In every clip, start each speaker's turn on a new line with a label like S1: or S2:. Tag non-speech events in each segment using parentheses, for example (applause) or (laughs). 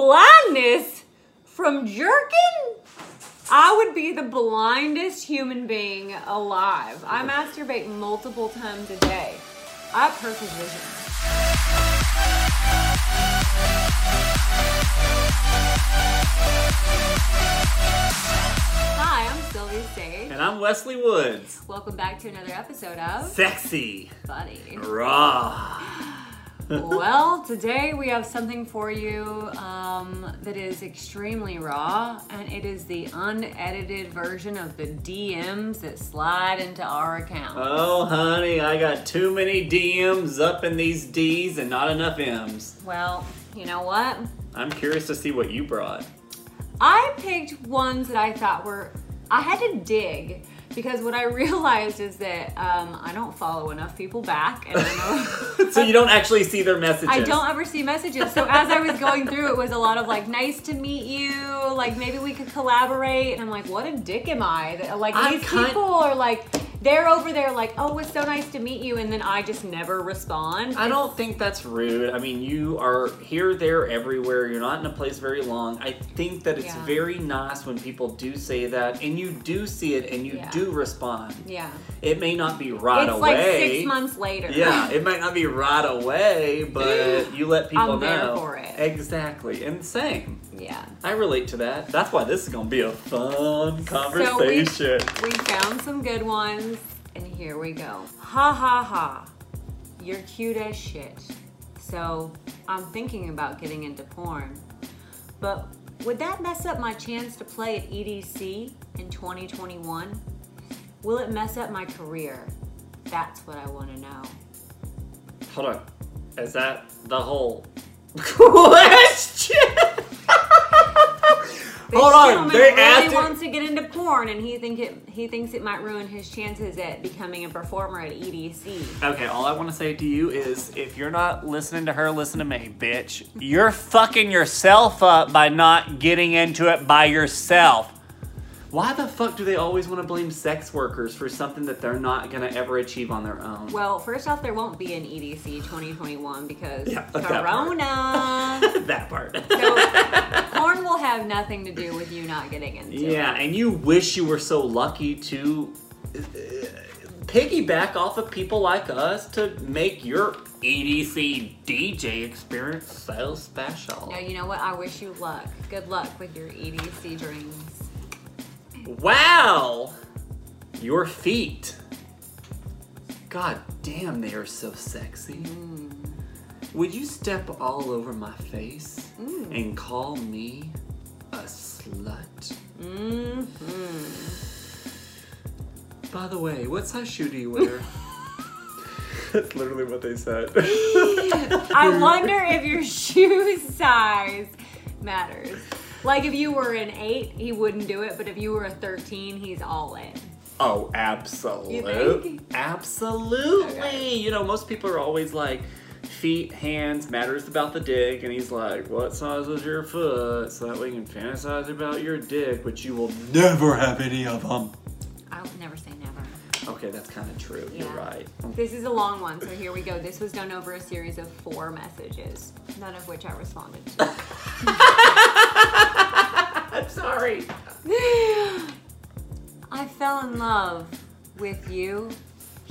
S1: blindness from jerking, I would be the blindest human being alive. I masturbate multiple times a day. I have perfect vision. Hi, I'm Sylvia Sage.
S2: And I'm Wesley Woods.
S1: Welcome back to another episode of
S2: Sexy.
S1: Funny.
S2: Raw.
S1: well, today we have something for you um, that is extremely raw, and it is the unedited version of the DMs that slide into our account.
S2: Oh, honey, I got too many DMs up in these D's and not enough M's.
S1: well, you know what?
S2: I'm curious to see what
S1: (laughs)
S2: you brought.
S1: I picked ones that I thought were. I had to dig because what I (laughs) realized is that um, I don't follow enough people back, and I know.
S2: So you don't actually see their messages.
S1: I don't ever see messages. So as I was going through, it was a lot of like, "Nice to meet you." Like maybe we could collaborate. And I'm like, "What a dick am I?" That, like
S2: I'm
S1: these
S2: kind-
S1: people are like, they're over there like, "Oh, it's so nice to meet you," and then I just never respond.
S2: I don't think that's rude. I mean, you are here, there, everywhere. You're not in a place very long. I think that it's
S1: Yeah.
S2: very nice when people do say that, and you do see it, and you
S1: Yeah.
S2: do respond.
S1: yeah,
S2: It may not be right
S1: it's
S2: away.
S1: like six months later.
S2: Yeah, it might not be right away, but you let people
S1: I'm there
S2: know.
S1: for it.
S2: Exactly. And same.
S1: (laughs) yeah.
S2: I relate to that. That's why this is gonna be a fun
S1: So we,
S2: conversation.
S1: we found some good ones, and here we go. Ha ha ha. You're cute as shit. So I'm thinking about getting into porn. But would that mess up my chance to play at EDC in 2021? Will it mess up my career? That's what I want to know.
S2: Hold on. Is that the whole (laughs) question?
S1: This
S2: Hold on.
S1: gentleman
S2: They
S1: really
S2: asked it.
S1: wants to get into porn, and he think it he thinks it might ruin his chances at becoming a performer at E EDC.
S2: Okay, all I want to say to you is if you're not listening to her, listen to me, bitch. You're fucking yourself up by not getting into it by yourself. Why the fuck do they always want to blame sex workers for something that they're not going to ever achieve on their own?
S1: Well, first off, there won't be an E EDC 2021 because
S2: Yeah, fuck that
S1: Corona.
S2: that part. (laughs)
S1: so porn will have nothing to do with you not getting into it.
S2: yeah, and you wish you were so lucky to uh, piggyback off of people like us to make your E EDC DJ experience so special.
S1: Now you know what? I wish you luck. Good luck with your EDC dreams.
S2: Wow! Your feet. God damn, they are so sexy. Would you step all over my face and call me a slut?
S1: Mm-hmm.
S2: By the way, what size shoe do you wear? (laughs) That's literally what they (laughs) said. (laughs)
S1: I wonder if your (laughs) shoe size matters. Like if you were an eight, he wouldn't do it, but if you were a 13, he's all in.
S2: Oh, absolutely.
S1: You think?
S2: Absolutely.
S1: Okay.
S2: You know, most people are always like, feet, hands, matters about the dick. And he's like, what size is your foot? So that way you can fantasize about your dick, but you will never have any of them.
S1: I would never say never.
S2: Okay, that's kind of true. You're
S1: Yeah.
S2: right.
S1: This is a long one, so here we go. This was done over a series of four messages, none of which I responded to.
S2: I'm sorry.
S1: I fell in love with you.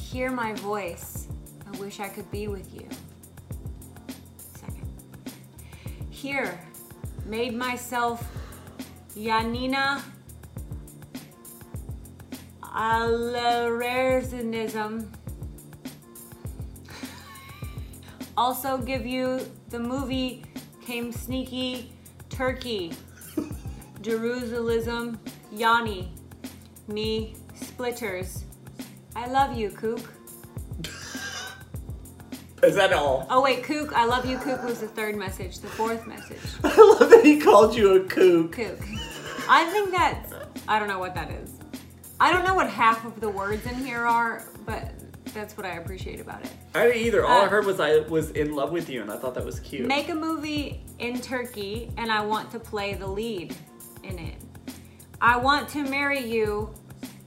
S1: Hear my voice. I wish I could be with you. Second. Here, made myself Yanina Alarezanism. Also, give you the movie Came Sneaky Turkey, Jerusalem, Yanni, me, Splitters. I love you, Kook.
S2: Is that all? (laughs)
S1: Oh, wait, Kook, I love you, Kook was the third message, the fourth message.
S2: I love that he called you a kook.
S1: Kook. I think that's. I don't know what that is. I don't know what half of the words in here are, but that's what I appreciate about it.
S2: I didn't either. All
S1: Uh,
S2: I heard was I was in love with you, and I thought that was cute.
S1: Make a movie in Turkey, and I want to play the lead in it. I want to marry you.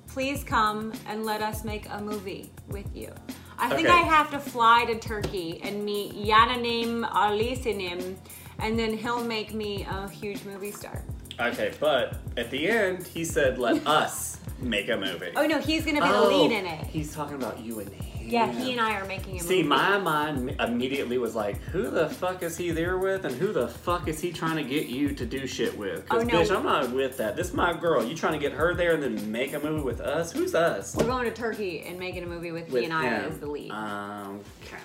S1: Please come and let us make a movie with you. I think
S2: Okay.
S1: I have to fly to Turkey and meet Yananim Alisenim and then he'll make me a huge movie star.
S2: Okay, but at the end, he said,
S1: (laughs)
S2: "Let us make a movie."
S1: Oh no, he's gonna be the
S2: Oh,
S1: lead in it.
S2: He's talking about you and him.
S1: yeah, he and I are making a
S2: See,
S1: movie.
S2: my mind immediately was like, "Who the fuck is he there with, and who the fuck is he trying to get you to do shit with?" Because
S1: Oh, no.
S2: bitch, I'm not with that. This is my girl. You trying to get her there and then make a movie with us? Who's us?
S1: We're going to Turkey and making a movie with,
S2: With
S1: he and I
S2: him.
S1: as the lead.
S2: Um, okay.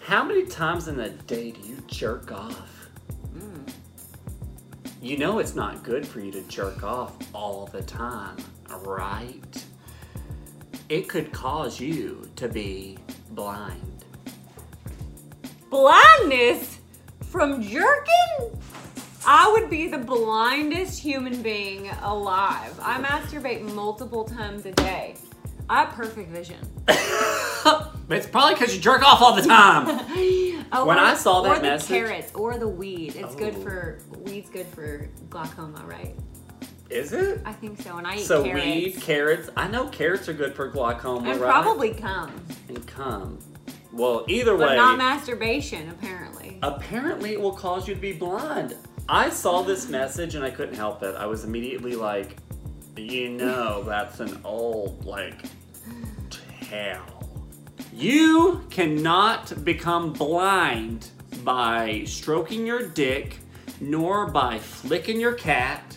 S2: How many times in a day do you jerk off?
S1: Hmm.
S2: You know it's not good for you to jerk off all the time, right? It could cause you to be blind. (laughs)
S1: Blindness from jerking? I would be the blindest human being alive. I masturbate multiple times a day. I have perfect
S2: (laughs)
S1: vision.
S2: But it's probably because you jerk off all the time.
S1: Oh,
S2: When
S1: or-
S2: I saw that
S1: or the
S2: message-
S1: carrots or the weed. It's good
S2: Oh.
S1: for weed's good for glaucoma, right?
S2: (laughs) Is it?
S1: I think so. And I eat
S2: So
S1: carrots.
S2: weed, carrots. I know carrots are good for glaucoma,
S1: and
S2: right?
S1: probably cum,
S2: and cum. Well, either
S1: but
S2: way,
S1: not masturbation apparently.
S2: apparently it will cause you to be blind. I saw this message and I couldn't help it. I was immediately like, you know, that's an old, like, tale. You cannot become blind by stroking your dick, nor by flicking your cat.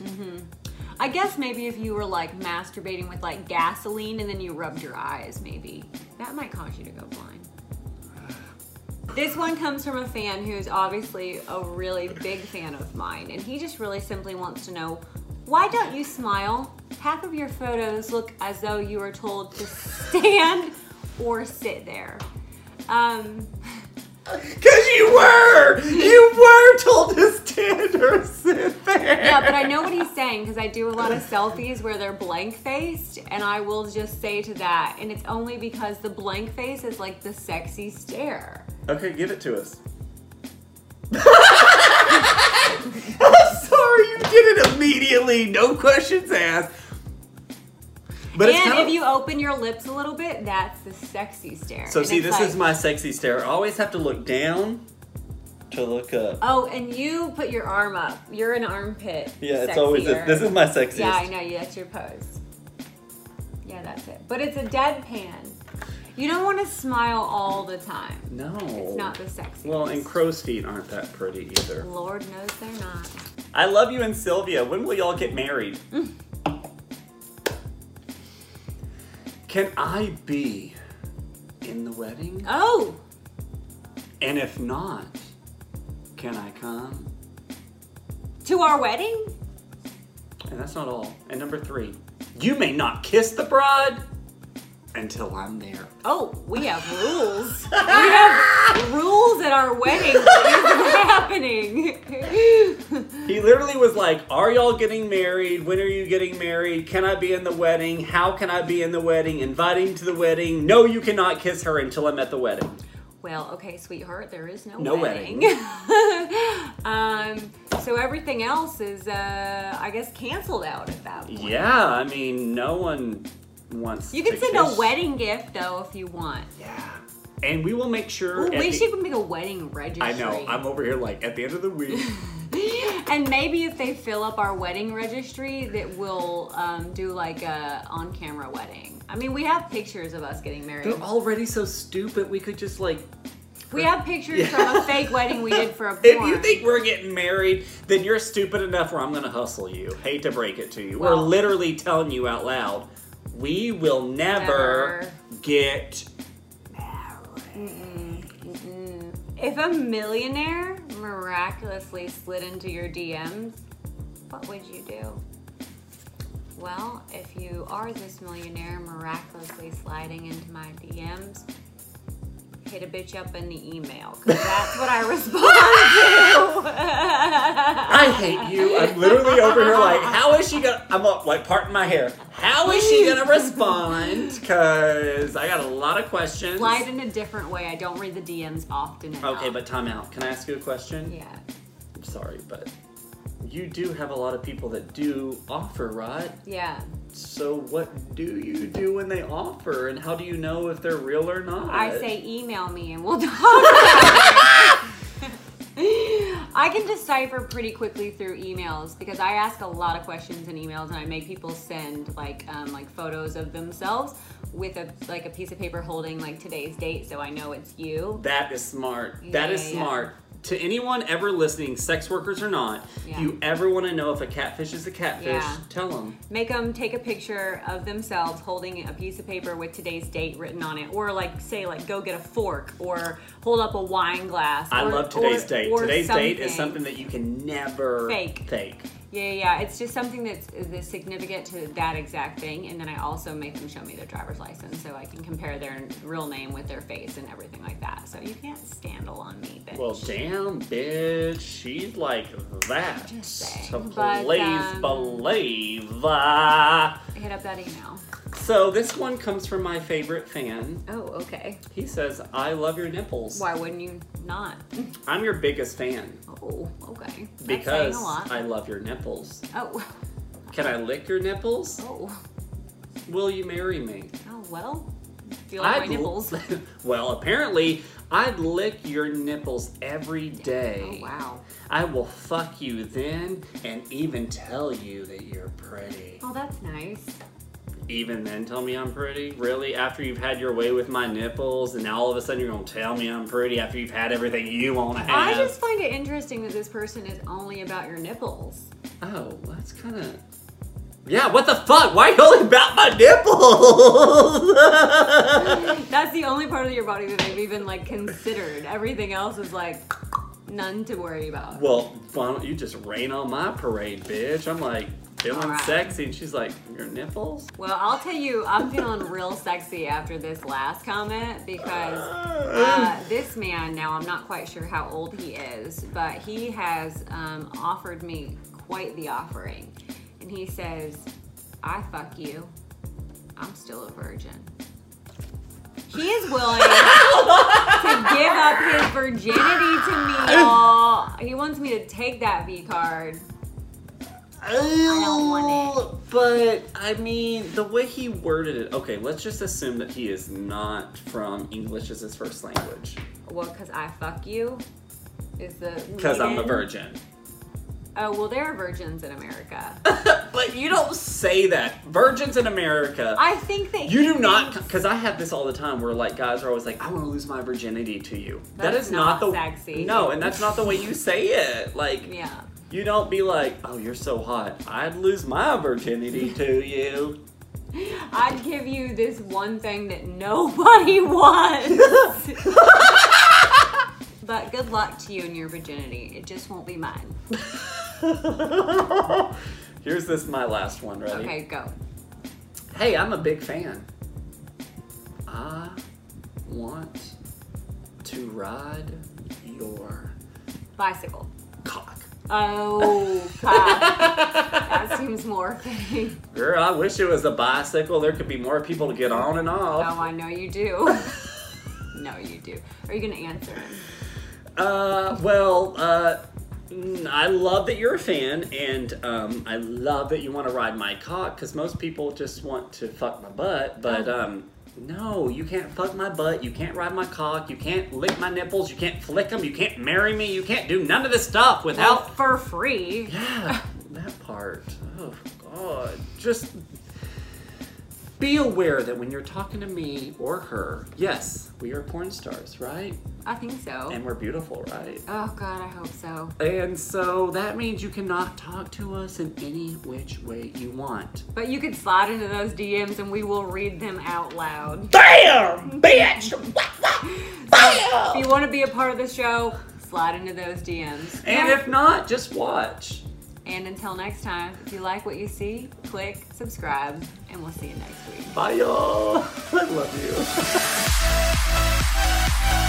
S1: I guess maybe if you were like masturbating with like gasoline and then you rubbed your eyes, maybe that might cause you to go blind. This one comes from a fan who's obviously a really big fan of mine, and he just really simply wants to know why don't you smile? Half of your photos look as though you are told to (laughs) stand or sit there. Um,
S2: Because you were! You were told to stand or sit there!
S1: yeah, but I know what he's saying because I do a lot of selfies where they're blank faced, and I will just say to that, and it's only because the blank face is like the sexy stare.
S2: Okay, give it to us. I'm (laughs) sorry, you did it immediately. No questions asked. But it's
S1: and
S2: kind
S1: if
S2: of,
S1: you open your lips a little bit, that's the sexy stare.
S2: so
S1: And
S2: see,
S1: it's
S2: this
S1: like-
S2: is my sexy stare. I always have to look down to look up.
S1: Oh, and you put your arm up. You're an armpit.
S2: yeah, it's always this. This is my sexiest.
S1: Yeah, I know. yeah, That's your pose. Yeah, that's it. But it's a deadpan. You don't want to smile all the time.
S2: No,
S1: It's not the sexiest.
S2: Well, and crow's feet aren't that pretty either.
S1: Lord knows they're not.
S2: I love you and Sylvia. When will y'all
S1: (laughs)
S2: get married? Can I be in the wedding?
S1: Oh,
S2: And if not, can I come?
S1: to our wedding?
S2: And that's not all. And number three, you may not kiss the bride until I'm there.
S1: Oh, we have rules. we have rules at our wedding. What is (laughs) happening? (gasps)
S2: He literally was like, Are y'all getting married? When are you getting married? Can I be in the wedding? How can I be in the wedding? Inviting to the wedding. No, you cannot kiss her until I'm at the wedding.
S1: well, okay, sweetheart, there is no,
S2: No
S1: wedding. (laughs) um, so everything else is, uh, I guess, canceled out at that point.
S2: Yeah, I mean, no one wants
S1: You
S2: to
S1: can send a
S2: kiss-
S1: wedding gift though if you want.
S2: Yeah. And we will make sure.
S1: Ooh,
S2: at
S1: we
S2: the-
S1: should make a wedding registry.
S2: I know. I'm over here like, at the end of
S1: (laughs)
S2: the week.
S1: and maybe if they fill up our wedding registry, that we'll um, do like a on-camera wedding. I mean, we have pictures of us getting married.
S2: They're already so stupid. We could just like
S1: We have pictures from a fake wedding we did for a porn.
S2: (laughs) If you think we're getting married, then you're stupid enough where I'm gonna hustle you. Hate to break it to you. we're
S1: Well-
S2: literally telling you out loud, we will never,
S1: Never.
S2: get
S1: if a millionaire miraculously slid into your DMs, what would you do? Well, if you are this millionaire miraculously sliding into my DMs, hit a bitch up in the email because that's what I respond
S2: I hate you. I'm literally over here like, how is she gonna I'm up like parting my hair. How is she
S1: (laughs)
S2: gonna respond? Cause I got a lot of questions.
S1: to. (laughs) Slide in a different way. I don't read the DMs often enough.
S2: Okay, but time out. Can I ask you a question?
S1: yeah.
S2: I'm sorry, but you do have a lot of people that do offer, right?
S1: Yeah.
S2: So what do you do when they offer, and how do you know if they're real or not?
S1: (laughs) I say email me and we'll talk. about it. I can decipher pretty quickly through emails because I ask a lot of questions in emails, and I make people send like um, like photos of themselves with a like a piece of paper holding like today's date, so I know it's you.
S2: That is smart.
S1: Yeah,
S2: that is
S1: yeah, yeah.
S2: smart. To anyone ever listening, sex workers or not,
S1: Yeah.
S2: you ever want to know if a catfish is a catfish,
S1: Yeah.
S2: tell them.
S1: Make them take a picture of themselves holding a piece of paper with today's date written on it, or like say like go get a fork, or hold up a wine glass.
S2: I
S1: or-
S2: love today's
S1: or-
S2: date.
S1: or
S2: Today's date is something that you can never
S1: Fake.
S2: fake.
S1: Yeah, yeah, yeah. It's just something that's, that's significant to that exact thing. And then I also make them show me their driver's license so I can compare their real name with their face and everything like that. So you can't scandal on me, bitch.
S2: Well, damn, bitch, she's like that.
S1: Just saying.
S2: So
S1: But,
S2: please
S1: um,
S2: believe. Uh,
S1: Hit up that email.
S2: so this one comes from my favorite fan.
S1: Oh, okay.
S2: He says, "I love your nipples.
S1: Why wouldn't you not?
S2: I'm your biggest fan
S1: Oh, okay. That's saying
S2: because
S1: a lot.
S2: I love your nipples.
S1: oh, (laughs)
S2: Can I lick your nipples?
S1: oh,
S2: Will you marry me?
S1: oh, well. Feel like my
S2: I'd-
S1: nipples.
S2: (laughs) well, apparently, I'd lick your nipples every day.
S1: Oh, wow.
S2: I will fuck you then and even tell you that you're pretty.
S1: Oh, that's nice.
S2: Even then, tell me I'm pretty? Really? After you've had your way with my nipples, and now all of a sudden you're gonna tell me I'm pretty after you've had everything you wanna have?
S1: I just find it interesting that this person is only about your nipples.
S2: Oh, that's kinda. Yeah, what the fuck? Why are you only about my nipples?
S1: That's the only part of your body that I've even like considered. Everything else is like none to worry about.
S2: (laughs) well, why don't you just rain on my parade, bitch? I'm like feeling
S1: All right.
S2: sexy, and she's like, Your nipples?
S1: Well, I'll tell you, I'm feeling real sexy after this last comment because uh, this man now I'm not quite sure how old he is, but he has um, offered me quite the offering, and he says, "I fuck you. I'm still a virgin." He is
S2: (laughs)
S1: willing to give up his virginity to me, y'all. He wants me to take that V card. don't want
S2: But I mean, the way he worded it. Okay, let's just assume that he is not from English as his first language
S1: Well, because I fuck you is the.
S2: because I'm a
S1: meaning.
S2: virgin.
S1: Oh, well, there are virgins in
S2: (laughs)
S1: America.
S2: but you don't say that. Virgins in America.
S1: I think that.
S2: you
S1: he
S2: do not,
S1: thinks
S2: because I have this all the time where like guys are always like, I want to lose my virginity to you. That
S1: That's
S2: is not,
S1: not
S2: the
S1: sexy.
S2: No, and that's not the way you say it. Like,
S1: Yeah.
S2: you don't be like, oh, you're so hot. I'd lose my
S1: (laughs)
S2: virginity to you. (laughs)
S1: I'd give you this one thing that nobody (laughs)
S2: (laughs)
S1: wants. but good luck to you and your virginity. It just won't be mine.
S2: Here's this my last one, ready?
S1: Okay, go.
S2: Hey, I'm a big fan. I want to ride your
S1: Bicycle.
S2: cock.
S1: Oh, fuck. that seems more fitting.
S2: Girl, I wish it was a bicycle. There could be more people to get on and
S1: Oh,
S2: off.
S1: I know you do.
S2: (laughs)
S1: No, you do. Are you gonna answer him?
S2: Uh, well, uh, mm, I love that you're a fan, and um, I love that you want to ride my cock because most people just want to fuck my butt, but um, no, you can't fuck my butt. You can't ride my cock. You can't lick my nipples. You can't flick them. You can't marry me. You can't do none of this stuff
S1: Well,
S2: without.
S1: Oh, for free.
S2: Yeah, (sighs) that part. Oh, God. Just be aware that when you're talking to me or her, yes, we are porn stars, right?
S1: I think so.
S2: And we're beautiful, right?
S1: Oh god, I hope so.
S2: And so that means you cannot talk to us in any which way you want.
S1: But you can slide into those DMs and we will read them out loud.
S2: Damn, bitch! (laughs)
S1: If you want to be a part of the show, slide into those DMs.
S2: And if not, just watch.
S1: And until next time, if you like what you see, click subscribe, and
S2: (laughs)
S1: we'll see you next week.
S2: Bye, y'all. I love you.